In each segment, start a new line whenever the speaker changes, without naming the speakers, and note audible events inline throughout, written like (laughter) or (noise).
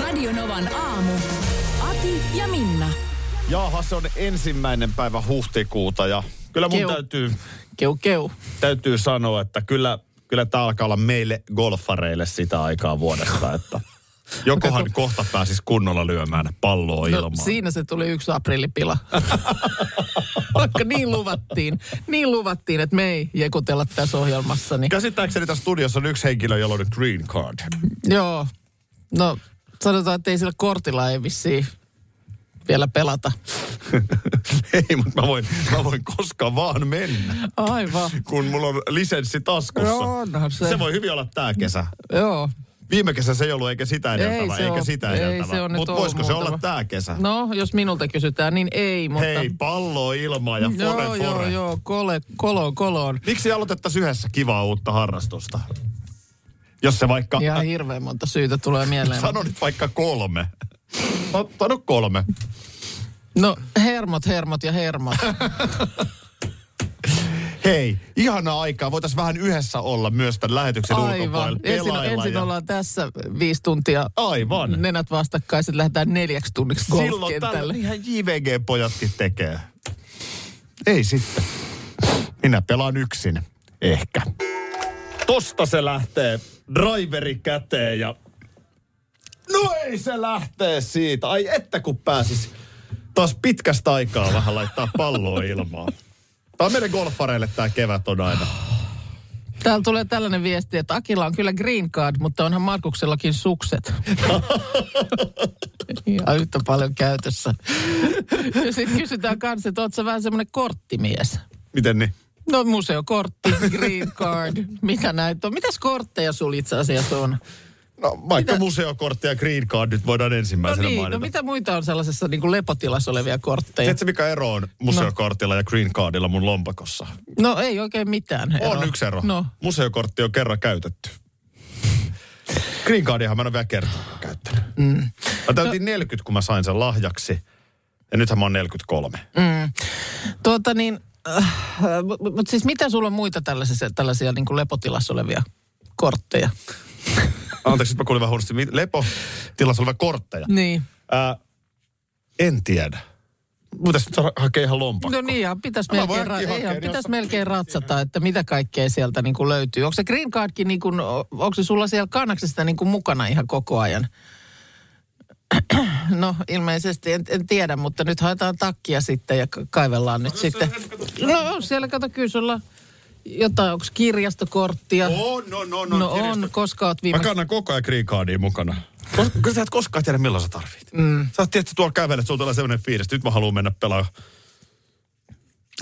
Radionovan aamu. Ati ja Minna.
Jaaha, se on ensimmäinen päivä huhtikuuta ja kyllä mun
Keu.
täytyy,
Keu, keu. No,
täytyy sanoa, että kyllä, kyllä tämä alkaa olla meille golfareille sitä aikaa vuodesta,
(laughs)
että jokohan kohta pääsisi kunnolla lyömään palloa
No,
ilmaan.
siinä se tuli yksi aprillipila. (laughs) Vaikka niin luvattiin, niin luvattiin, että me ei jekutella tässä ohjelmassa. Niin.
(laughs) Käsittääkseni tässä studiossa on yksi henkilö, jolla on nyt green card. (laughs)
Joo, no sanotaan, että ei sillä kortilla ei vissiin vielä pelata.
Ei, mutta mä voin, mä voin koska vaan mennä,
Aivan.
kun mulla on lisenssi taskussa.
Joo, No onhan se.
se voi hyvin olla tää kesä.
Joo.
Viime kesä se ei ollut eikä sitä edeltävä,
se
eikä
oo-
sitä
ei se
edeltävä.
oo nyt
Mutta
ollut
voisiko se olla
muutama.
tää kesä?
No, jos minulta kysytään, niin ei, mutta...
Hei, pallo ilmaa ja fore,
joo,
fore.
joo, joo, kole, koloon, koloon.
Miksi aloitettaisiin yhdessä kivaa uutta harrastusta? Jos se vaikka...
Ihan hirveän monta syytä tulee mieleen.
Sano nyt vaikka kolme. No, sano kolme.
No, hermot, hermot ja hermot.
Hei, ihanaa aikaa. Voitaisiin vähän yhdessä olla myös tämän lähetyksen ulkopuolella.
Aivan. Ensin,
Pelailla
ensin
ja-
ollaan tässä viisi tuntia Oh,
Aivan.
nenät vastakkain, sitten lähdetään neljäksi tunniksi
Silloin tällä
golfkentälle.
ihan JVG-pojatkin tekee. Ei sitten. Minä pelaan yksin. Ehkä. Tosta se lähtee. Driveri käteen ja... No ei se lähtee siitä. Ai että kun pääsis taas pitkästä aikaa vähän laittaa palloa ilmaan. Tää on meidän golfareille tää kevät on aina.
Täällä tulee tällainen viesti, että Akilla on kyllä green card, mutta onhan Markuksellakin
(laughs)
sukset. Ihan yhtä paljon käytössä. Ja sitten kysytään kanssa, että oot sä vähän semmoinen korttimies.
Miten niin?
No museokortti, green card, mitä näitä on. Mitäs kortteja sulla itse asiassa on?
No vaikka museokortti ja green card nyt voidaan
No
ensimmäisenä
niin,
mainita.
no mitä muita on sellaisessa niin kuin lepotilassa olevia kortteja?
Tiedätkö mikä ero on museokortilla ja green cardilla mun lompakossa?
No ei oikein mitään.
On yksi ero.
No,
Museokortti on kerran käytetty. Green Cardiahan mä en ole vielä kertaakaan käyttänyt. Mm. Mä
No.
täytin 40, kun mä sain sen lahjaksi. Ja nythän mä oon 43. Mm.
Tuota niin, äh, mutta mut siis mitä sulla on muita tällaisia, tällaisia niin kuin lepotilassa olevia kortteja?
Anteeksi, nyt mä kuulin vähän huonosti. Mi- Lepo, tilassa oleva kortteja.
Niin.
Ää, en tiedä. Mutta nyt ha- hakee ihan lompakko.
No niin, ja pitäisi
No mä
melkein,
voin
ra-
äkkiä
ihan,
hakea, niin
pitäis
jos-
melkein ratsata, että mitä kaikkea sieltä niin kuin löytyy. Onko se green cardkin, niin kuin, o- onko se sulla siellä kannaksesta niin kuin mukana ihan koko ajan? (clears throat) No ilmeisesti, en, en tiedä, mutta nyt haetaan takkia sitten ja ka- kaivellaan nyt sitten. No on siellä, kato kyllä sulla jotain, onko kirjastokorttia?
Oh, no, no, no.
No
kirjasto-
on, koska oot
Mä
viimeksi
kannan koko ajan Green Cardia mukana. Kos- Kyllä sä et koskaan tiedä, milloin sä tarvit. Mm. Sä oot tietysti tuolla kävelet, sulla tulee sellainen fiilis, että nyt mä haluan mennä pelaamaan.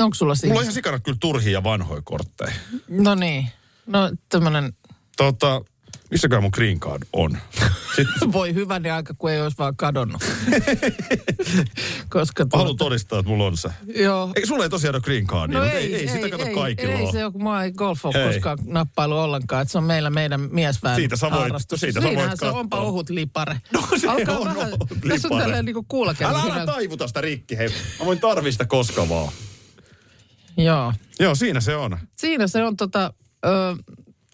Onko sulla
Mulla
siinä?
on ihan sikana kyllä turhia ja vanhoja kortteja.
No niin. No tämmönen,
Tota, missäkään mun green card
(laughs)
on? Sitten
voi hyvänä aika, kun ei olisi
(laughs)
vaan kadonnut. Koska
mä
tuota,
haluan todistaa, että mulla on se.
Joo.
Ei, sulla ei tosiaan ole green cardia, mutta ei, ei, ei, sitä kato
No ei,
kaikilla
ei,
ole.
se ole, kun mä ei golf ole
Ei.
koskaan nappailu ollenkaan. Että se on meillä meidän miesväen
Siitä sä voit-
harrastus.
siitä sä voit
Siinähän se
katsoa.
onpa ohut lipare.
No, se
Alkaa
on
vähän,
ohut
Tässä on
lipare.
tällainen niinku kuulakäytä.
Älä, älä taivuta sitä rikki, hei. Mä voin tarvii sitä koska vaan.
Joo.
Joo, siinä se on.
Siinä se on tota, ö,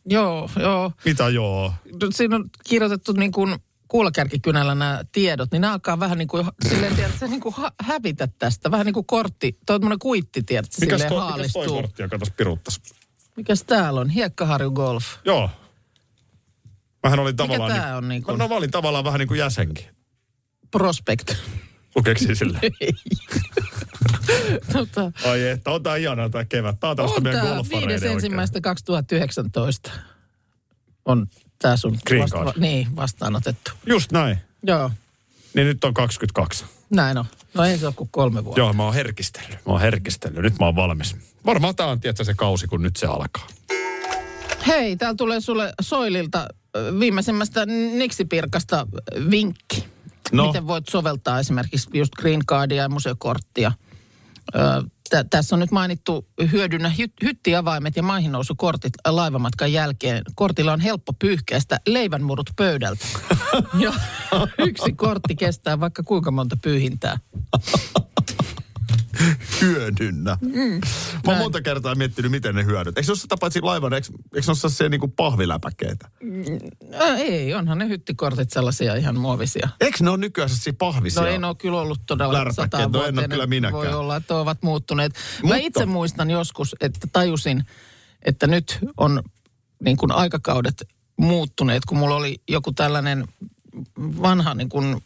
joo, joo.
Mitä joo?
No, siinä on kirjoitettu niin kuin kuulakärkikynällä nämä tiedot, niin nämä alkaa vähän niin kuin, silleen, tiedätkö, niin kuin hä- hävitä tästä. Vähän niin kuin kortti, toi on kuitti, tiedätkö,
Mikäs,
silleen
toi, mikäs toi
haalistuu.
kortti, joka tässä piruttas?
mikäs täällä on? Hiekkaharju Golf.
Joo. Mähän olin tavallaan...
tää on niinku?
Mä, no, mä olin tavallaan vähän niin kuin jäsenkin.
Prospect. (laughs)
Lukeeksi sille?
tota,
Ai että, on tää ihanaa tää kevät. Tää on tällaista
on
meidän
tää
golfareiden
5.
oikein.
ensimmäistä 2019 on tää sun
Green card.
niin, vastaanotettu.
Just näin.
Joo,
Niin nyt on 22.
näin on. No ei se ole kuin kolme vuotta.
Joo, mä oon herkistellyt. Mä oon herkistellyt. Nyt mä oon valmis. Varmaan tää on, tiedätkö, se kausi, kun nyt se alkaa.
Hei, täällä tulee sulle Soililta ö, viimeisimmästä niksipirkasta vinkki.
No.
No. Miten voit soveltaa esimerkiksi just green cardia ja museokorttia. Ö, tä- tässä on nyt mainittu hyödynnä hy- hyttiavaimet ja maihin nousukortit laivamatkan jälkeen. Kortilla on helppo pyyhkeistä leivänmurut pöydältä. ja yksi kortti kestää vaikka kuinka monta pyyhintää.
hyödynnä. Mm. Mä oon monta kertaa miettinyt, miten ne hyödyt. Eikö se ole se tapa, että siinä laivan, eikö, eikö ne ole se niinku pahviläpäkeitä?
Ö, ei, onhan ne hyttikortit sellaisia ihan muovisia.
Eikö ne ole nykyään sellaisia pahvisia?
No en ole kyllä ollut todella
Lärpäkkeet,
sataa
no en ole kyllä minäkään.
Voi olla, että ovat muuttuneet. Mä
Mutta-
itse muistan joskus, että tajusin, että nyt on niin kuin aikakaudet muuttuneet, kun mulla oli joku tällainen vanha niin kuin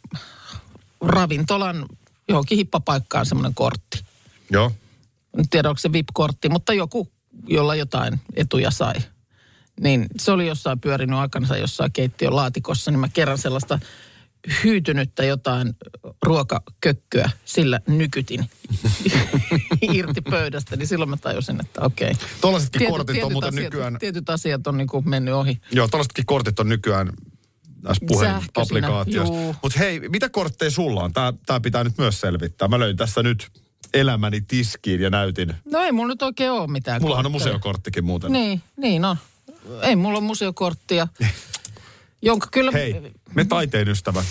ravintolan johonkin hippapaikkaan semmoinen kortti.
Joo.
En tiedä, onko se VIP-kortti, mutta joku, jolla jotain etuja sai. Niin se oli jossain pyörinyt aikansa jossain keittiön laatikossa, niin mä kerran sellaista hyytynyttä jotain ruokakökköä sillä nykytin (laughs) irti pöydästä, niin silloin mä tajusin, että okei.
Tuollaisetkin
Tietyt-
kortit on
tietyt
muuten
asiat,
nykyään...
Tietyt asiat on niin kuin mennyt ohi.
Joo, tuollaisetkin kortit on nykyään näissä puhelinapplikaatioissa.
juu.
Mutta hei, mitä kortteja sulla on? Tää, tää pitää nyt myös selvittää. Mä löin tässä nyt elämäni tiskiin ja näytin.
No ei mulla nyt oikein ole mitään.
Mullahan on
kortteja.
museokorttikin muuten.
Niin, niin on. Ei mulla ole
(laughs)
museokorttia, jonka kyllä...
Hei, me taiteen ystävät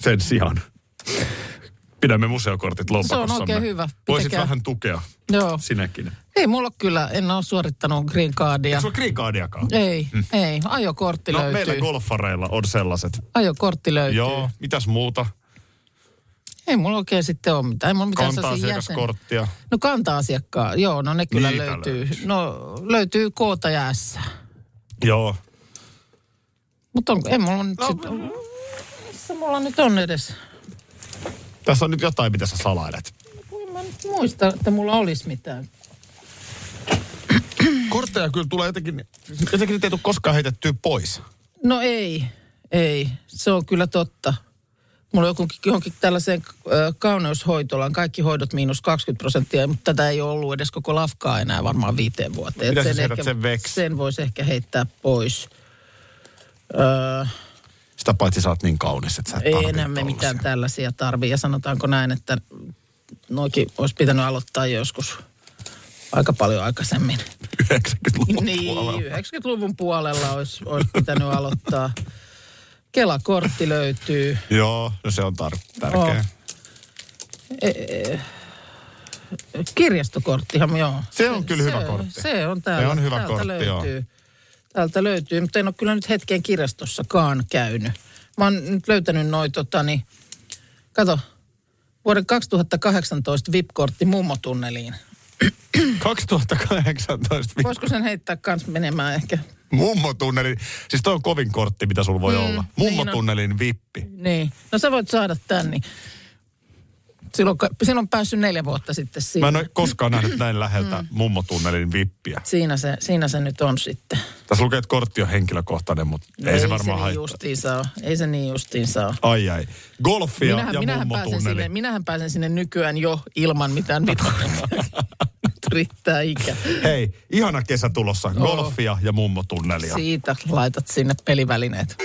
sen sijaan. Pidämme museokortit lompakossamme.
oikein hyvä.
Voisit
Pitäkää.
vähän tukea
Joo.
sinäkin.
Ei mulla kyllä, en ole suorittanut green cardia.
Onko sulla kriikaadiakaan?
Ei, ei. Ajokortti
No
löytyy.
meillä golfareilla on sellaiset.
Ajokortti löytyy.
Joo, mitäs muuta?
Ei mulla oikein sitten ole mitään. Ei mulla mitään sellaisia jäsen-
Kanta-asiakaskorttia.
No kanta-asiakkaa, joo, no ne kyllä
Niitä
löytyy.
löytyy.
No löytyy koota ja S.
Joo.
Mutta on, ei mulla nyt no. sit, missä mulla nyt on edes?
Tässä on nyt jotain, mitä sä salailet.
En mä nyt muista, että mulla olisi mitään.
Kortteja kyllä tulee jotenkin, jotenkin niitä ei tule koskaan heitettyä pois.
No ei, ei. Se on kyllä totta. Mulla on johonkin, johonkin tällaiseen ö, kauneushoitolaan kaikki hoidot miinus 20 prosenttia, mutta tätä ei ole ollut edes koko lafkaa enää varmaan viiteen vuoteen.
Mitä
Et
sä heität sen veksi?
sen voisi ehkä heittää pois. Öö,
Sitä paitsi sä oot niin kaunis, että sä et
ei
tarvii
enää me
tollasia.
mitään tällaisia tarvii. Ja sanotaanko näin, että noikin olisi pitänyt aloittaa joskus aika paljon aikaisemmin.
(laughs) 90-luvun
Niin,
puolella.
90-luvun puolella olisi, olisi pitänyt aloittaa. Kela-kortti löytyy.
Joo, no se on tar- tärkeä.
Oh. Kirjastokorttihan, joo.
Se on kyllä hyvä
se,
kortti.
Se on täällä.
Se on hyvä
täältä
kortti, joo.
löytyy. Täältä löytyy, mutta en ole kyllä nyt hetken kirjastossakaan käynyt. Mä oon nyt löytänyt noin, tota, niin, kato, vuoden 2018 VIP-kortti mummotunneliin.
2018 vi-
Voisiko sen heittää kans menemään ehkä?
mummotunnelin. Siis toi on kovin kortti, mitä sulla voi mm, olla. Mummotunnelin vippi.
Niin. No sä voit saada tän, niin silloin, ka- silloin päässyt neljä vuotta sitten
Mä
siinä.
en ole koskaan nähnyt
Mm.
näin läheltä mummotunnelin vippiä.
Siinä se, siinä se nyt on sitten.
Tässä lukee, että kortti on henkilökohtainen, mutta
No
ei, se varmaan
se niin
haittaa.
justiinsa ole. Ei se niin justiinsa ole.
Ai ai. Golfia
Minähän,
ja
minähän, pääsen
mummotunneli.
sinne, minähän pääsen sinne nykyään jo ilman
(laughs)
mitään vitkoja. riittää ikä.
Hei, ihana kesä
Oh.
tulossa. Golfia ja mummotunnelia.
Siitä laitat sinne pelivälineet.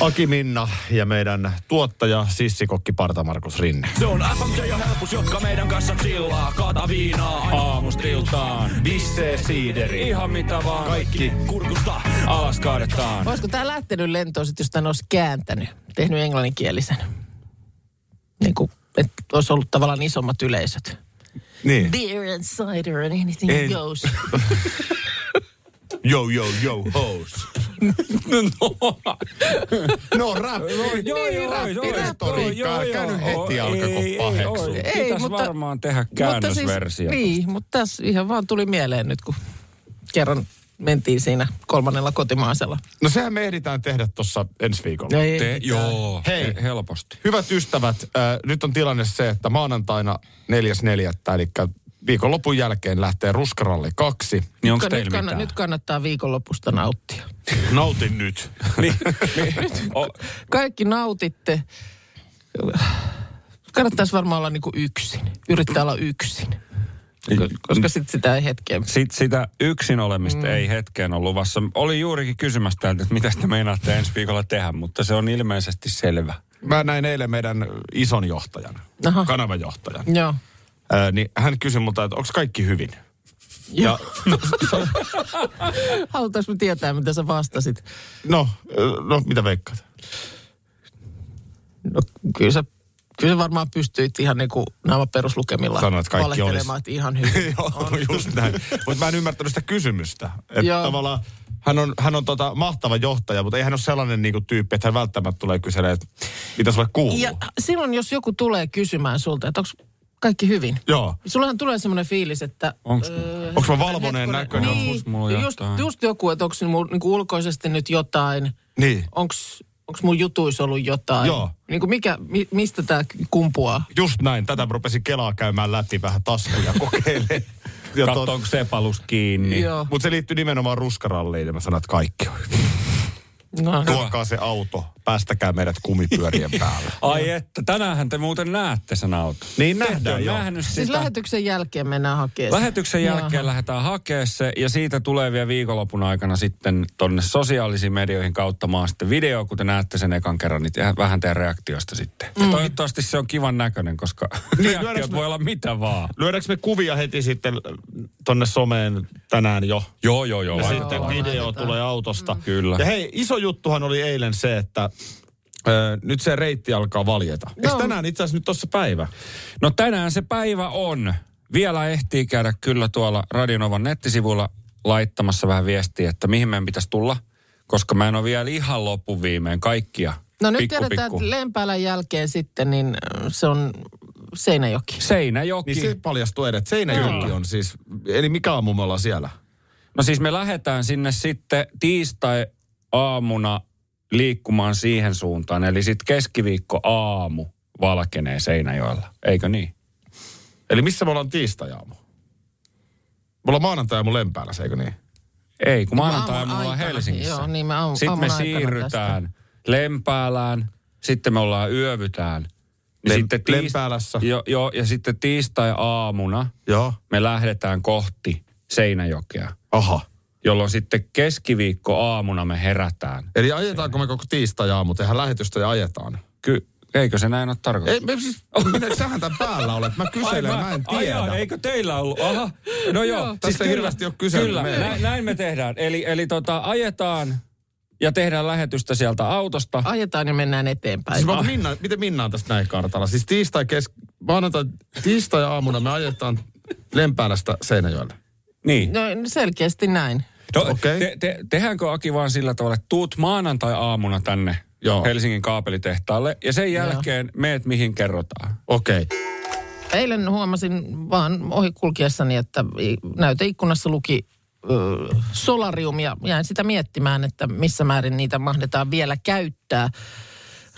Aki Minna ja meidän tuottaja, sissikokki Parta Markus Rinne.
Se on FMJ ja helpus, jotka meidän kanssa chillaa. Kaata viinaa aamustiltaan. Bissee siideri. Ihan mitä vaan. Kaikki kurkusta alas kaadetaan.
Olisiko tämä lähtenyt lentoon sitten, jos tämän olisi kääntänyt, tehnyt englanninkielisen? Niin kuin, että olisi ollut tavallaan isommat yleisöt.
Niin.
Beer and cider and anything
En-
goes.
Yo, yo, yo,
(laughs)
hoes. no, rap.
no. Joo,
Niin,
joo, joo, joo,
Retoriikkaa. Käynyt heti
Joo,
alkaa, kun
ei, ei,
paheksuu.
ei,
Ei,
Pitäis
mutta-
varmaan tehdä
Mutta siis-
käännösversio.
Niin, mutta tässä ihan vaan tuli mieleen nyt, kun kerran mentiin siinä kolmannella kotimaisella.
No sehän me ehditään tehdä tuossa ensi viikolla.
Ei,
Te, joo,
Hei.
he- helposti.
Hyvät ystävät, äh, nyt on tilanne se, että maanantaina 4.4. eli viikonlopun jälkeen lähtee Ruskaralli 2.
Niin onko
Nyt
teillä
kann-
mitään?
nyt kannattaa viikonlopusta nauttia.
Nautin nyt.
(laughs)
(laughs)
Niin, niin. O,
Kaikki nautitte. Kannattaisi varmaan olla niinku yksin. Yrittää olla yksin.
Mm.
ko- koska sitten sitä ei hetkeä.
Sitten sitä yksin olemista mm. ei hetkeen ole luvassa. Oli juurikin kysymässä täältä, että mitä te meinaatte ensi viikolla tehdä, mutta se on ilmeisesti selvä.
Mä näin eilen meidän ison johtajan,
Aha.
kanavajohtajan.
Joo.
Ää, niin hän kysyi multa, että onko kaikki hyvin?
Ja.
Ja,
(laughs) Halutais me tietää, mitä sä vastasit.
no, ö, no, mitä veikkaat?
No, kyllä sä, kyllä sä varmaan pystyit ihan niinku nämä peruslukemilla
Sanoit, että kaikki
valehtelemaan,
olisi.
että ihan hyvin.
(laughs) Joo, no just näin. Mutta mä en ymmärtänyt sitä kysymystä.
Joo.
Että tavallaan hän on, hän on tota, mahtava johtaja, mutta ei hän ole sellainen niinku tyyppi, että hän välttämättä tulee kyselemään, että mitä sulle kuuluu.
ja silloin, jos joku tulee kysymään sulta, että onko kaikki hyvin,
Joo.
Sullahan tulee semmoinen fiilis, että... öö,
Onks-
onks mä valvoneen näköinen?
Niin,
Onks mulla
just,
jotain?
just joku, että onko niinku, niinku ulkoisesti nyt jotain,
Niin.
onks, onks mun jutuissa ollut jotain.
Joo.
Niinku mikä, mi, mistä tämä kumpuaa?
Just näin. Tätä mä rupesin Kelaa käymään läpi vähän taskuja (laughs) kokeilemaan. Ja tot-
Katso, onko sepalus kiinni.
Joo.
Mutta se liittyy nimenomaan ruskaralliin ja mä sanon, että kaikki on hyvin.
No,
Tuokaa se auto, päästäkää meidät kumipyörien päälle.
Ai että, tänäänhän te muuten näette sen auton.
Niin
Te ette
nähdään,
ole
joo.
nähnyt sitä.
siis lähetyksen jälkeen mennään hakemaan. se.
Lähetyksen
Joo.
jälkeen lähdetään hakemaan se ja siitä tulee vielä viikonlopun aikana sitten tonne sosiaalisiin medioihin kautta maan sitten video, kun te näette sen ekan kerran, niin tehdään vähän teidän reaktiosta sitten. Mm. Toivottavasti se on kivan näköinen, koska reaktiot
lyödäänkö
voi olla mitä vaan.
Lyödäänkö me kuvia heti sitten tonne someen tänään jo?
Joo, joo, joo.
Ja
laitetaan.
sitten
laitetaan.
video tulee autosta.
Mm. Kyllä.
Ja hei, iso juttuhan oli eilen se, että ö, nyt se reitti alkaa valjeta. No. Eikö tänään itse asiassa nyt tossa päivä?
No tänään se päivä on. Vielä ehtii käydä kyllä tuolla Radionovan nettisivuilla laittamassa vähän viestiä, että mihin meidän pitäisi tulla, koska mä en ole vielä ihan loppuviimeen kaikkia.
No nyt
pikku,
tiedetään,
pikku.
että Lempäälän jälkeen sitten, niin äh, se on Seinäjoki.
Seinäjoki.
Niin se paljastuu edet. Seinäjoki on siis, eli mikä aamu me ollaan siellä?
No siis me lähdetään sinne sitten tiistai-aamuna liikkumaan siihen suuntaan. Eli sitten keskiviikko aamu valkenee Seinäjoella, eikö niin?
Eli missä me ollaan tiistajaamu? Me ollaan maanantai mun lempäällä, se eikö niin?
Ei, kun maanantai
aamun
me ollaan
No aikana.
Helsingissä.
Joo, niin me aamu-
Sitten me
aamun aikana
siirrytään Lempäälään, sitten me ollaan yövytään. Ja
Lem-
sitten
Lempäälässä.
Joo, jo, ja sitten tiistai-aamuna
Joo.
me lähdetään kohti Seinäjokea,
Aha.
jolloin sitten keskiviikko aamuna me herätään.
Eli ajetaanko me koko tiistajaamu? Tehdään lähetystä ja ajetaan.
Ky- eikö se näin ole tarkoitus?
Ei, me siis, minä, sähän tämän päällä olet. Mä kyselen, mä en
Ai jaa,
tiedä.
eikö teillä ollut? Aha. No joo. siis
Tästä ei
kyllä-
hirveästi ole kyselty
Kyllä,
meillä.
näin, näin me tehdään. Eli, eli tota, ajetaan ja tehdään lähetystä sieltä autosta.
Ajetaan ja mennään eteenpäin.
Siis mä, Minna, miten Minna on tässä näin kartalla? Siis tiistai, kes, maanantai, tiistai aamuna me ajetaan Lempäälästä Seinäjoelle.
Niin.
No selkeästi näin.
No,
Okei.
te, te, tehdäänkö Aki vaan sillä tavalla, että tuut maanantai-aamuna tänne
Joo.
Helsingin kaapelitehtaalle ja sen jälkeen meet mihin kerrotaan.
Okei. Okay.
Eilen huomasin vaan ohikulkiessani, että i- näyteikkunassa luki ö, solarium ja jäin sitä miettimään, että missä määrin niitä mahdetaan vielä käyttää.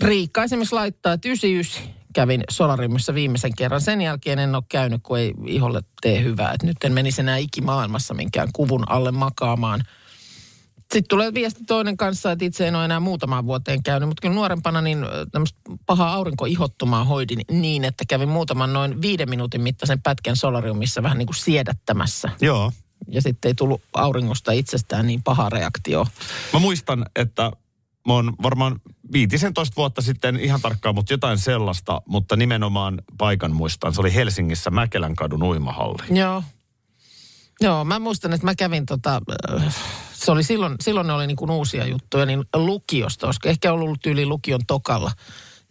Riikka esimerkiksi laittaa, että 99 kävin solariumissa viimeisen kerran. Sen jälkeen en ole käynyt, kun ei iholle tee hyvää. Et nyt en menisi enää ikimaailmassa minkään kuvun alle makaamaan. Sitten tulee viesti toinen kanssa, että itse en ole enää muutamaan vuoteen käynyt, mutta kyllä nuorempana niin ö, tämmöistä pahaa aurinkoihottumaa hoidin niin, että kävin muutaman noin viiden minuutin mittaisen pätkän solariumissa vähän niin kuin siedättämässä.
Joo.
Ja sitten ei tullut auringosta itsestään niin paha reaktio.
Mä muistan, että mä oon varmaan 15 vuotta sitten ihan tarkkaan, mutta jotain sellaista, mutta nimenomaan paikan muistan. Se oli Helsingissä Mäkelän kadun uimahalli.
Joo. Joo, mä muistan, että mä kävin tota, äh, se oli silloin, silloin ne oli niin kuin uusia juttuja, niin lukiosta, olisiko ehkä ollut tyyli lukion tokalla.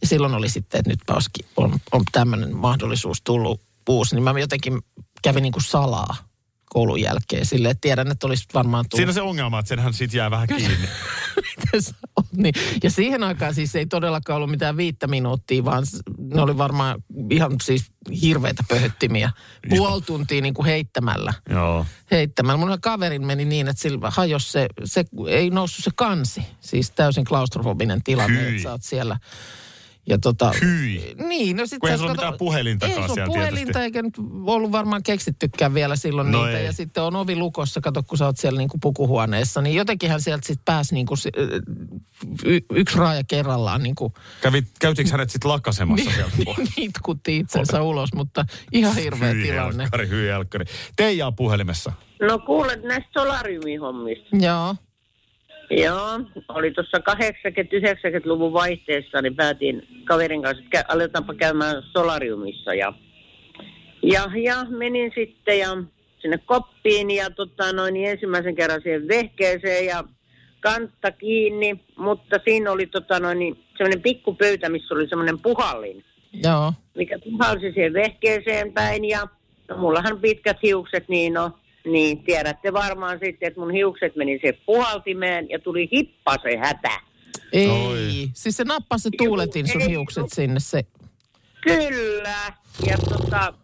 Ja silloin oli sitten, että nytpä olisikin, on, on tämmöinen mahdollisuus tullut uusi, niin mä jotenkin kävin niin kuin salaa koulun jälkeen sille, että tiedän, että olisi varmaan tullut.
Siinä se ongelma, että senhän sit jää vähän kiinni.
Tässä (laughs) on, niin. Ja siihen aikaan siis ei todellakaan ollut mitään viittä minuuttia, vaan s- ne oli varmaan ihan siis hirveitä pöhöttimiä. Puoli tuntia niin kuin heittämällä
(laughs) Joo.
heittämällä. Mun kaverin meni niin, että sillä hajos se, se, ei noussut se kansi. Siis täysin klaustrofobinen tilanne,
Hyi.
että sä oot siellä. Ja tota,
Hyi.
niin, no sit
Kun eihän
sä
sulla
kato-
mitään puhelintakaan
Ei
siellä
sulla puhelinta
tietysti.
eikä nyt ollut varmaan keksittykään vielä silloin
No
niitä.
ei.
Ja sitten on ovi lukossa, kato kun sä oot siellä niinku pukuhuoneessa. Niin jotenkinhän sieltä sitten pääsi niinku se, ö, y, yksi raaja
(laughs)
kerrallaan niinku
Kävit, käytiinkö hänet sitten lakasemassa
(laughs)
sieltä?
itkutti itsensä ulos, mutta ihan hirveä
Hyi
tilanne.
helkkari, hyi helkkari. Teija on puhelimessa.
No kuulet näistä solariumihommista.
Joo,
Joo, oli tuossa 80-90-luvun vaihteessa, niin päätin kaverin kanssa, että kä- aletaanpa käymään solariumissa. Ja, ja, ja menin sitten ja sinne koppiin ja tota, noin, niin ensimmäisen kerran siihen vehkeeseen ja kantta kiinni, mutta siinä oli tota, noin, niin semmoinen pikkupöytä, missä oli semmoinen puhallin
joo.
mikä puhalsi siihen vehkeeseen päin ja no, mullahan pitkät hiukset, niin no, niin tiedätte varmaan sitten, että mun hiukset meni siihen puhaltimeen ja tuli hippase hätä.
Ei,
Oi.
siis se nappasi se tuuletin sun
Ei.
hiukset sinne se.
Kyllä, ja tota,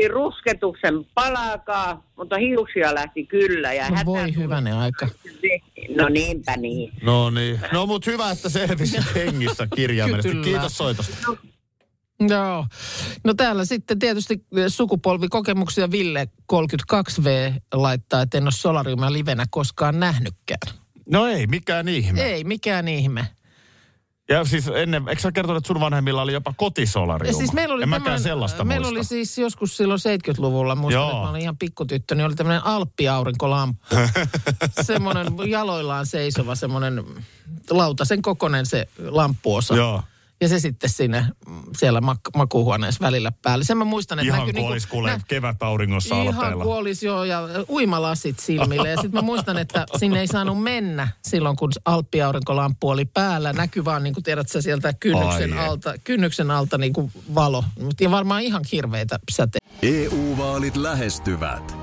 ei rusketuksen palaakaan, mutta hiuksia lähti kyllä ja
No
hätä
voi
tuli.
hyvänen aika.
No niinpä niin.
No niin. No mut hyvä, että selvisit (laughs) hengissä kirjaimellisesti.
Kyllä.
Kiitos soitosta.
Joo. No täällä sitten tietysti eh, sukupolvikokemuksia Ville 32V laittaa, että en ole solariumia livenä koskaan nähnytkään.
No ei, mikään ihme.
Ei mikään ihme.
Ja siis ennen, eikö sä kertonut, että sun vanhemmilla oli jopa kotisolarium?
Ja siis meillä
en
oli tämmönen-
mäkään sellaista
Meillä
muista.
oli siis joskus silloin 70-luvulla, muistan,
Joo.
että mä olin ihan pikkutyttö, niin oli
(laughs)
tämmöinen alppiaurinkolamppu. semmoinen jaloillaan seisova, semmoinen lautasen kokonen se lamppuosa.
Joo.
Ja se sitten sinne mm, siellä mak- makuuhuoneessa välillä päälle. Sen mä muistan, että
Ihan
näkyi
kuin olisi
niinku,
kuule
nä-
kevätauringossa
Ihan
alpeilla.
kuin olisi, joo, ja uimalasit silmille. Ja sitten mä muistan, että sinne ei saanut mennä silloin, kun alppiaurinkolamppu oli päällä. Näkyy vaan, niin kuin tiedät sä, sieltä kynnyksen
Ai ei.
alta, kynnyksen alta niin kuin valo. Mut Ja varmaan ihan hirveitä säteitä.
EU-vaalit E lähestyvät.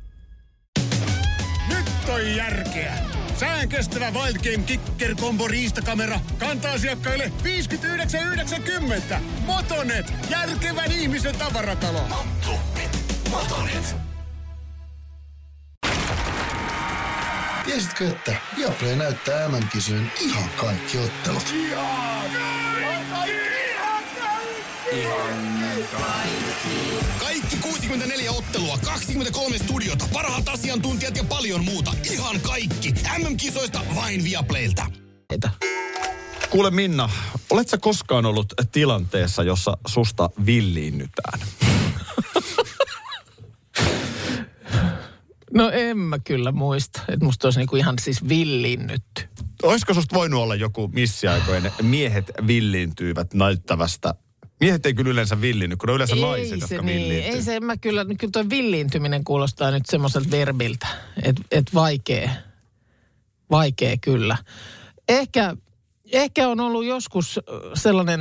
Nyt on järkeä. Sään kestävä Wild Game Kicker Combo riistakamera kantaa asiakkaille 59,90. Motonet, järkevän ihmisen tavaratalo.
Tiesitkö, että Viaplay näyttää MM-kisojen ihan kaikki ottelut?
Kaikki 64 ottelua, 23 studiota, parhaat asiantuntijat ja paljon muuta. Ihan kaikki. MM-kisoista vain Viaplaylta.
Kuule Minna, olet sä koskaan ollut tilanteessa, jossa susta villiinnytään?
No en mä kyllä muista, että musta olisi niinku ihan siis villinnyt.
Olisiko susta voinut olla joku missiaikoinen miehet villiintyivät näyttävästä? Miehet ei kyllä yleensä villiinny, kun ne on yleensä naiset,
se
jotka
niin,
villiintyy.
ei se, en mä kyllä, kyllä tuo villiintyminen kuulostaa nyt semmoiselta verbiltä, että et vaikea, vaikea kyllä. Ehkä, ehkä on ollut joskus ö, sellainen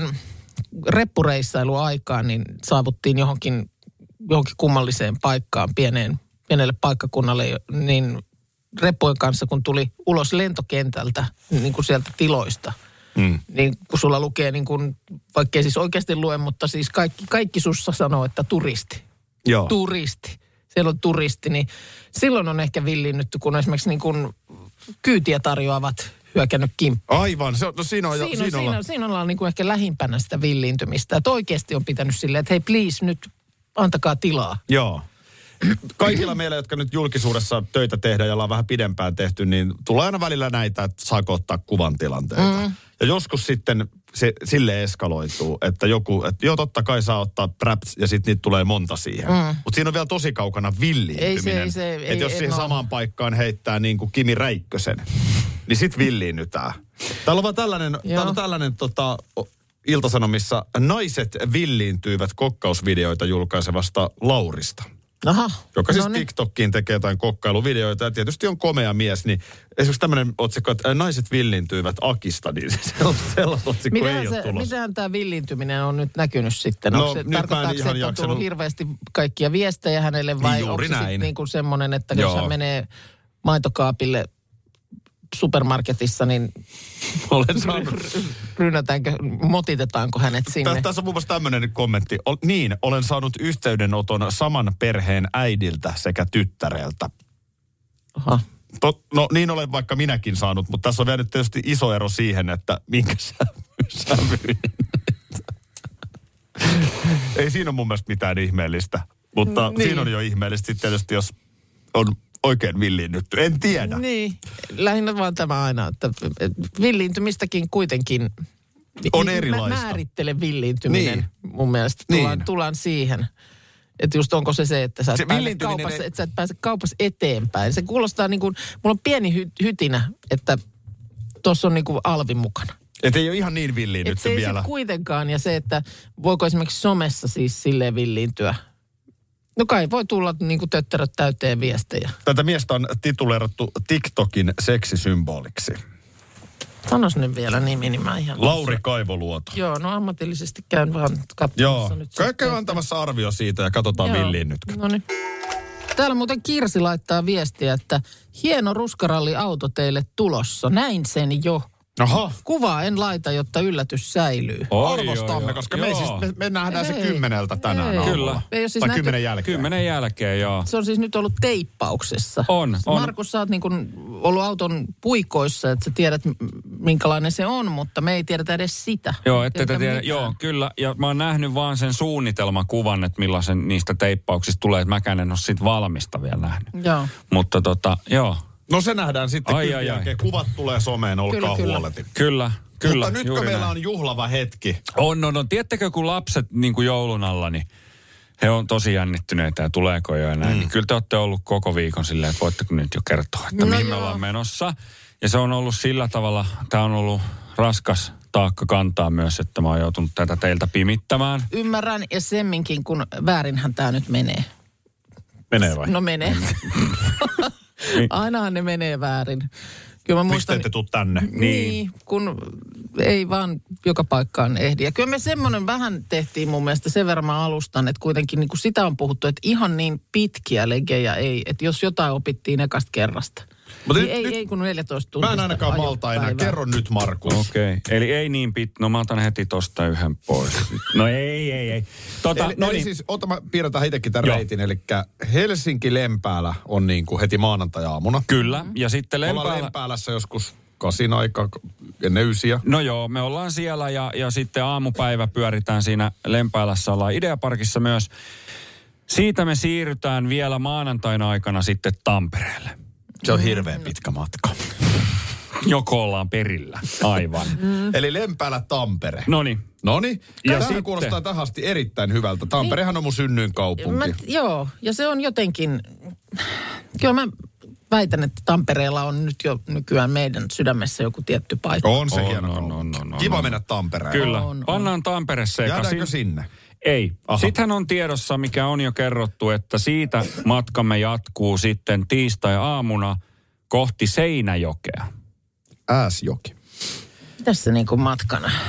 reppureissailu aikaan, niin saavuttiin johonkin, johonkin kummalliseen paikkaan, pieneen, pienelle paikkakunnalle, jo- niin reppujen kanssa, kun tuli ulos lentokentältä, niin kuin sieltä tiloista, niin kun sulla lukee, niin kun, vaikka ei siis oikeasti lue, mutta siis kaikki, kaikki sussa sanoo, että turisti.
Joo.
Turisti. Siellä on turisti, niin silloin on ehkä villinnytty, kun esimerkiksi niin kun kyytiä tarjoavat hyökännyt kimppuun.
Aivan, se on, no siinä on, jo-
Siinä, on-
siinä
siinä,
on,
on- siinä ollaan niin kuin ehkä lähimpänä sitä villiintymistä. Että oikeasti on pitänyt silleen, että hei please nyt antakaa tilaa.
Joo. Kaikilla meillä, jotka nyt julkisuudessa töitä tehdään ja ollaan vähän pidempään tehty, niin tulee aina välillä näitä, että saako ottaa kuvan tilanteita. Mm. Ja joskus sitten se, sille eskaloituu, että joku, että joo totta kai saa ottaa traps ja sitten niitä tulee monta siihen. Mm. Mutta siinä on vielä tosi kaukana villiintyminen.
Ei se- ei se- ei-
että jos
en
siihen
oo.
samaan paikkaan heittää niin kuin Kimi Räikkösen, niin sit villiinnytään. Täällä on vaan tällainen, täällä on tällainen tota, o- Iltasanomissa naiset villiintyivät kokkausvideoita julkaisevasta Laurista.
Aha.
joka siis
no niin.
TikTokkiin tekee jotain kokkailuvideoita ja tietysti on komea mies, niin esimerkiksi tämmöinen otsikko, että ä, naiset villintyivät Akista, niin (laughs) sellaista, sellaista otsikkoa ei
Mitähän,
ole
se,
tulossa.
mitähän tämä villintyminen on nyt näkynyt sitten?
No,
Onko se,
nyt mä en
tarkoittaako se,
ihan
että on tullut
jaksanut-
hirveästi kaikkia viestejä hänelle vai
Juuri
onko se
näin.
sitten niin kuin semmoinen, että
Joo.
jos hän menee maitokaapille supermarketissa, niin
(laughs) Olen saanut.
rynnätäänkö, motitetaanko hänet
Tä,
sinne?
tässä on muun muassa tämmöinen kommentti. Ol, niin, olen saanut yhteydenoton saman perheen äidiltä sekä tyttäreltä.
Aha.
Tot, no niin olen vaikka minäkin saanut, mutta tässä on vielä nyt tietysti iso ero siihen, että minkä sä, (laughs) sä myit. Ei siinä ole mun mielestä mitään ihmeellistä, mutta niin.
Niin.
siinä on jo ihmeellistä sitten tietysti, jos on oikein villinnytty. En tiedä. Niin.
Niin, lähinnä vaan tämä aina, että villiintymistäkin kuitenkin...
On
Mä-
erilaista.
Määrittele villiintyminen niin. mun mielestä. Tullaan,
Niin.
niin. tullaan siihen. Että just onko se se, että sä et,
Se
se pääse,
villiintyminen
kaupassa,
ei-
että sä et pääse kaupassa eteenpäin. Se kuulostaa niin kuin, mulla on pieni hy, hytinä, että tuossa on niin kuin alvi mukana.
Että ei ole ihan niin
Et
villinnytty
se ei
vielä.
sit kuitenkaan, ja se, että voiko esimerkiksi somessa siis silleen villiintyä. No kai voi tulla niin kuin tötteröt täyteen viestejä.
Tätä miestä on tituleerattu TikTokin seksisymboliksi.
Sanois nyt vielä nimi, niin mä ihan...
Lauri Kaivoluoto.
Joo, no ammatillisesti käyn vaan katsomassa
Joo.
nyt.
Kaikki
sitten.
on antamassa arvio siitä ja katsotaan
Joo.
villinnytkö.
Noniin. Täällä muuten Kirsi laittaa viestiä, että hieno ruskaralliauto teille tulossa. Näin sen jo.
Aha.
Kuvaa en laita, jotta yllätys säilyy.
Oi,
Arvostamme,
oi,
koska
oi.
me, ei siis,
Joo.
me, me nähdään se
Ei.
kymmeneltä tänään
Ei.
aamulla.
Kyllä.
Ei oo siis
tai
nähty-
kymmenen jälkeen.
Kymmenen jälkeen, joo.
Se on siis nyt ollut teippauksessa.
On, on.
Markus, sä oot niin kun ollut auton puikoissa, että sä tiedät m- minkälainen se on, mutta me ei tiedetä edes sitä.
Joo, ette te
Tiedetä
tiedä.
mitään.
Joo, kyllä. Ja mä oon nähnyt vaan sen suunnitelmakuvan, että millaisen niistä teippauksista tulee. Että mäkään en ole sit valmista vielä nähnyt.
Joo.
Mutta tota, joo.
No se nähdään sitten
Ai,
ai, ai,
ai, ai.
jälkeen. Kuvat tulee someen, olkaa
Kyllä, kyllä.
huoleti.
Kyllä, kyllä.
Mutta nyt kun
juuri
meillä
näin.
on juhlava hetki,
On, on, on. Tiedättekö, kun lapset niin kuin joulun alla, niin he on tosi jännittyneitä ja tuleeko jo ja näin. Mm. Niin kyllä te olette ollut koko viikon silleen, että voitteko nyt jo kertoa, että no
No
mihin me
joo.
ollaan menossa. Ja se on ollut sillä tavalla, tämä on ollut raskas taakka kantaa myös, että mä oon joutunut tätä teiltä pimittämään.
Ymmärrän ja semminkin, kun väärinhän tämä nyt menee.
menee vai?
No menee. (laughs) Ainahan ne menee väärin. Kyllä mä
Mm. Miksi te
muistan,
ette tuu tänne?
niin, kun ei vaan joka paikkaan ehdi. Ja kyllä me semmoinen vähän tehtiin mun mielestä sen verran mä alustan, että kuitenkin niin kuin sitä on puhuttu, että ihan niin pitkiä legejä ei, että jos jotain opittiin ekasta kerrasta.
Mutta
Mutta
nyt-
niin ei,
nyt-
ei kun 14 tuntia.
Mä en ainakaan malta enää. Kerro nyt Markus.
Okei, okay. eli ei niin pit... No mä otan heti tosta yhden pois. No ei, ei, ei. Tota,
Eli,
no
eli
niin.
siis, ota, mä piirretään itsekin tämän
Joo.
reitin. Eli Helsinki-Lempäälä on niin kuin heti maanantai-aamuna.
Kyllä, ja sitten
Me ollaan
lempäällä...
Lempäälässä joskus kasin aika, ennen ysiä.
No joo, me ollaan siellä ja, ja sitten aamupäivä pyöritään siinä Lempäälässä, ollaan Ideaparkissa myös. Siitä me siirrytään vielä maanantaina aikana sitten Tampereelle.
Se
Mm.
on hirveän pitkä matka.
Joko ollaan perillä, aivan.
Mm.
Eli Lempäälä Tampere.
No niin,
Noniin.
Ja
Tämä
sitten-
kuulostaa tähän asti erittäin hyvältä. Tamperehan on mun synnyin
Mä,
kaupunki.
joo, ja se on jotenkin, kyllä mä väitän, että Tampereella on nyt jo nykyään meidän sydämessä joku tietty paikka.
On se
On,
hieno
on,
kaupunki.
on, on, on,
Kiva
on.
mennä Tampereen.
kyllä.
On, on.
Pannaan Tampere sekaisin.
Jäädäänkö sinne?
Ei.
Aha.
Sittenhän on tiedossa, mikä on jo kerrottu, että siitä matkamme jatkuu sitten tiistai-aamuna kohti Seinäjokea.
Ääsjoki.
Tässä niinku matkana.
Niin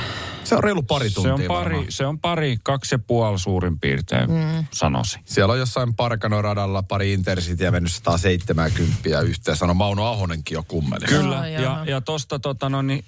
Se on reilu pari
Se
tuntia
on pari,
varmaan.
se on pari, kaksi ja puoli suurin piirtein mm. sanosi.
Siellä on jossain Parkanoradalla pari intercityä mennyt 170 yhteen. Sano Mauno Ahonenkin jo kummeli.
Kyllä,
Aa,
ja,
jaha.
ja tosta tota, no, niin,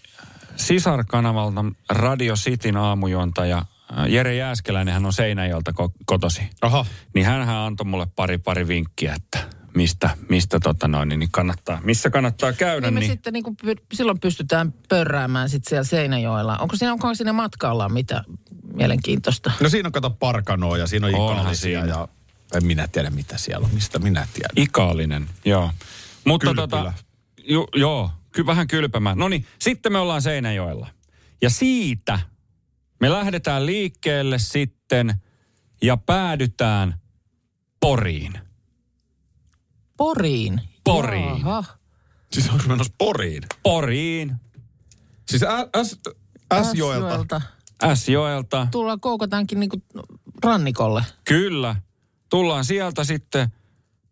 sisarkanavalta Radio Cityn aamujuontaja ä, Jere Jääskeläinen, hän on Seinäjolta ko- kotosi.
Aha.
Niin hän antoi mulle pari, pari vinkkiä, että mistä, mistä tota noin, niin kannattaa, missä kannattaa käydä.
Niin me
Niin,
sitten niinku, py- silloin pystytään pörräämään sit siellä Seinäjoella. Onko siinä, onko siinä matkalla mitä mielenkiintoista?
No siinä on kato Parkanoa ja siinä on
Onhan
Ikkalisia
siinä.
ja en minä tiedä mitä siellä on, mistä minä tiedän.
Ikaalinen, joo. Mutta
Kylpylä.
tota, ju, joo, ky, vähän kylpemään. No niin, sitten me ollaan Seinäjoella. Ja siitä me lähdetään liikkeelle sitten ja päädytään Poriin.
Poriin.
Poriin.
Jaha.
Siis onko menossa Poriin?
Poriin,
Siis ä, S, S-joelta.
Äsjoelta.
Äsjoelta. No
Tulla koukotaankin niinku rannikolle.
Kyllä. Tullaan sieltä sitten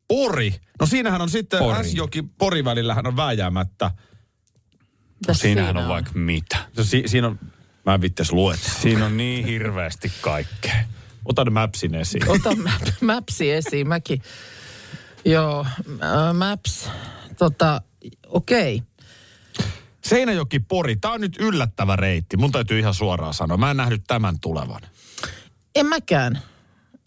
Pori. No siinähän on sitten
Pori.
S-Joki-Pori välillähän on vääjäämättä.
No
Mitäs
siinähän
siinä
on vaikka mitä.
No, si- siinä on, mä en vittes luet.
Siinä on niin hirveästi kaikkea.
Otan mapsin esiin.
Ota map- (laughs) Mapsi esiin, mäkin. Joo, ää, Maps. Tota, okei. Okay.
Seinäjoki-Pori, tää on nyt yllättävä reitti. Mun täytyy ihan suoraan sanoa. Mä en nähnyt tämän tulevan.
En mäkään.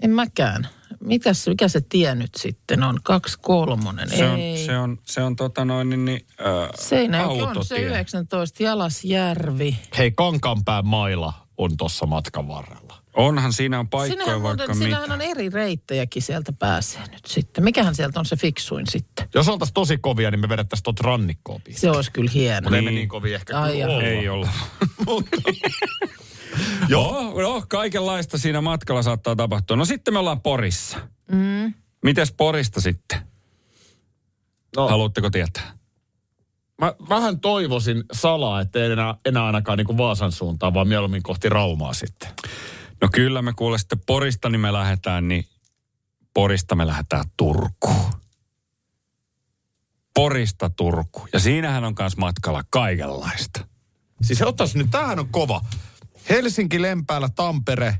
En mäkään. Mitäs, mikä se tie nyt sitten on? Kaksi kolmonen.
Se on,
Ei.
se on, se on tota noin, niin, niin äh,
Seinäjoki on se
autotie.
19, Jalasjärvi.
Hei, Kankaanpään maila on tossa matkan varrella.
Onhan siinä on paikkoja
Sinähän,
vaikka
muuten,
mitä.
sinähän on eri reittejäkin sieltä pääsee nyt sitten. Mikähän sieltä on se fiksuin sitten?
Jos oltais tosi kovia, niin me vedettäis tot rannikkoa pisti.
Se olisi kyllä hieno.
Mutta
Niin.
emme niin kovia ehkä
Ai
kyllä
jaa.
olla.
Ei (laughs) olla.
Mutta
Joo, no, kaikenlaista siinä matkalla saattaa tapahtua. No sitten me ollaan Porissa. Mm. Mites Porista sitten?
No.
No. Haluatteko tietää?
mä vähän toivoisin salaa, että ei enää, enää ainakaan niin kuin Vaasan suuntaan, vaan mieluummin kohti Raumaa sitten.
No kyllä me kuule sitten Porista niin me lähdetään, niin Porista me lähdetään Turkuun. Porista Turku. Ja siinähän on myös matkalla kaikenlaista.
Siis ottaisi nyt, tämähän on kova. Helsinki, Lempäälä, Tampere,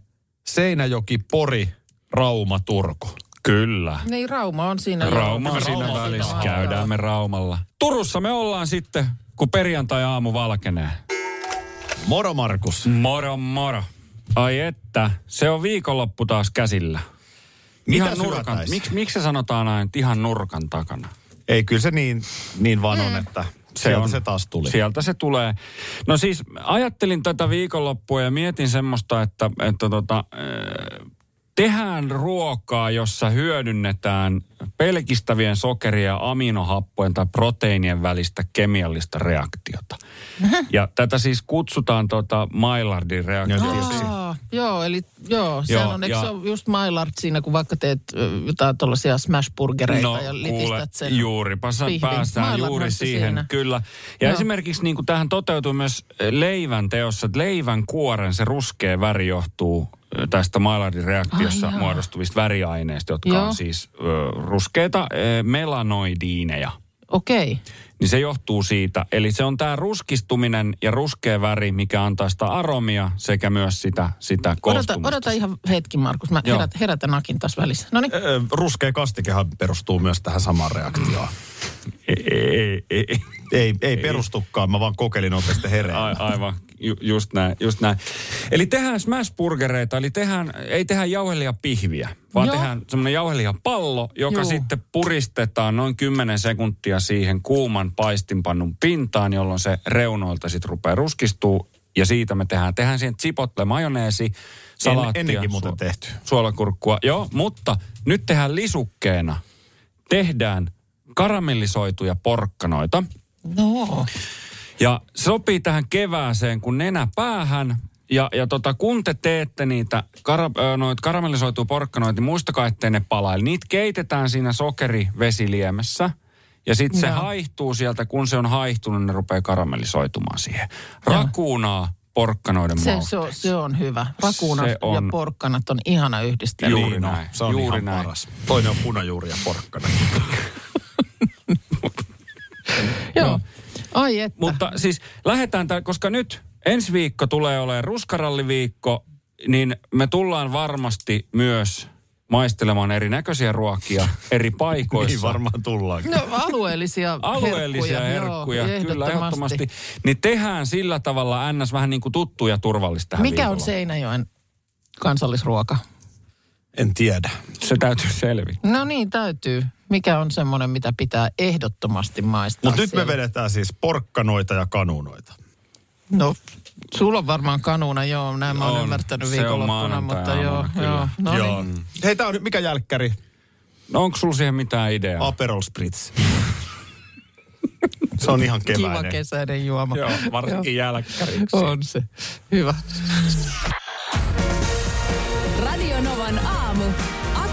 Seinäjoki, Pori, Rauma, Turku.
Kyllä.
Niin Rauma on siinä.
Rauma on siinä
Rauma on
välissä.
siinä.
Käydään me Raumalla. Turussa me ollaan sitten, kun perjantai-aamu valkenee.
Moro Markus.
Moro moro. Ai että, se on viikonloppu taas käsillä. ihan nurkan,
syötäis?
miksi, miksi se sanotaan aina, että ihan nurkan takana?
Ei, kyllä se niin, niin vaan on, että se, on, se taas tuli.
Sieltä Eh. se tulee. No siis ajattelin tätä viikonloppua ja mietin semmoista, että, että tota, eh, tehdään ruokaa, jossa hyödynnetään pelkistävien sokeria, ja aminohappojen tai proteiinien välistä kemiallista reaktiota. Ja tätä siis kutsutaan tota Maillardin reaktioksi.
Aa, joo, eli joo, sehän
Joo,
on, eikö
ja-
se ole just Maillard siinä, kun vaikka teet ö, jotain tuollaisia smashburgereita
No,
ja litistät sen.
juuripa sä
pihvin.
päästään
Maailman
juuri
näyttö
siihen,
siinä.
siinä. kyllä. Ja
Joo.
esimerkiksi niin kuin tähän toteutuu myös eh, leivän teossa, että leivän kuoren se ruskea väri johtuu eh, tästä Maillardin reaktiossa
Ai jaa.
muodostuvista väriaineista, jotka
Joo.
on siis ö, ruskeita eh, melanoidiineja.
Okei, okay.
Niin se johtuu siitä. Eli se on tämä ruskistuminen ja ruskea väri, mikä antaa sitä aromia sekä myös sitä, sitä
odota,
koostumusta.
odota ihan hetki Markus, mä
Joo.
herät, herätän Akin taas välissä. No niin,
Ö, Ruskea kastikehan perustuu myös tähän samaan reaktioon.
Ei, ei, ei, ei.
Ei, ei perustukaan, mä vaan kokeilin oikeasti
Ai,
hereillä.
aivan, Ju, just näin, just näin. Eli tehdään smashburgereita, eli tehdään, ei tehdä jauhelia pihviä, vaan
Joo.
Joo. tehdään semmoinen jauhelia pallo, joka
Juu.
Juu. sitten puristetaan noin 10 sekuntia siihen kuuman paistinpannun pintaan, jolloin se reunoilta sitten rupeaa ruskistuu ja siitä me tehdään. Tehdään siihen chipotle majoneesi, salaattia,
ennenkin muuten
suo-
tehty.
suolakurkkua. Joo, mutta nyt tehdään lisukkeena. Tehdään karamellisoituja porkkanoita.
no.
Ja sopii tähän kevääseen, kun nenä päähän. Ja, ja tota, kun te teette niitä kara, ö, noit karamellisoituu porkkanoita, niin muistakaa, ettei ne pala. Eli niitä keitetään siinä sokerivesiliemessä. Ja sitten se
Joo.
haihtuu sieltä, kun se on haihtunut, niin ne rupeaa karamellisoitumaan siihen. Rakuunaa porkkanoiden
Se,
mausteeksi.
se, on, se on hyvä. Rakuunat
Se on-
ja porkkanat on ihana yhdistelmä.
Juu.
Niin on,
näin,
Se on
juuri
ihan
näin.
paras. Toinen on punajuuri ja porkkana.
Joo. Ai että.
Mutta siis lähdetään, tää- koska nyt ensi viikko tulee olemaan ruskaralliviikko, niin me tullaan varmasti myös maistelemaan erinäköisiä ruokia
(laughs)
eri paikoissa.
Niin varmaan tullaankin.
No alueellisia
(laughs) Alueellisia herkkuja,
joo,
kyllä ehdottomasti. Niin tehdään sillä tavalla ns. vähän niin kuin tuttu ja turvallista tähän
Mikä on
viikolla.
Seinäjoen kansallisruoka?
En tiedä.
Se täytyy selvittää.
No niin, täytyy. Mikä on semmoinen, mitä pitää ehdottomasti maistaa
Mutta nyt me
siellä?
vedetään siis porkkanoita ja kanunoita.
No, sulla on varmaan kanuna, joo. Näin mä oon
On.
ymmärtänyt
Se on
viikonloppuna, mutta joo.
maanantai-aamuna, kyllä.
joo. No
Joo. Mm.
Niin.
Hei, tää on nyt, mikä jälkkäri?
No onko sulla siihen mitään ideaa?
Aperol Spritz. (laughs) se on ihan
Kiva
keväinen.
kesäinen juoma.
Joo, varsinkin jälkkäriksi.
On se. Hyvä.
Radio Novan aamu.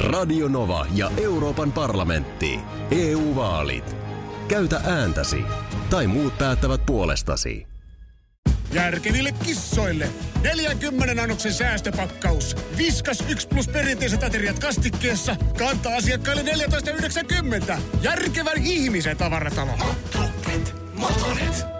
Radio Nova ja Euroopan parlamentti. EU-vaalit. Käytä ääntäsi. Tai muut päättävät puolestasi.
Järkeville kissoille. 40 annoksen säästöpakkaus. Viskas 1 plus perinteiset ateriat kastikkeessa. Kantaa asiakkaille 14,90. Järkevän ihmisen tavaratalo. Motonet, motonet.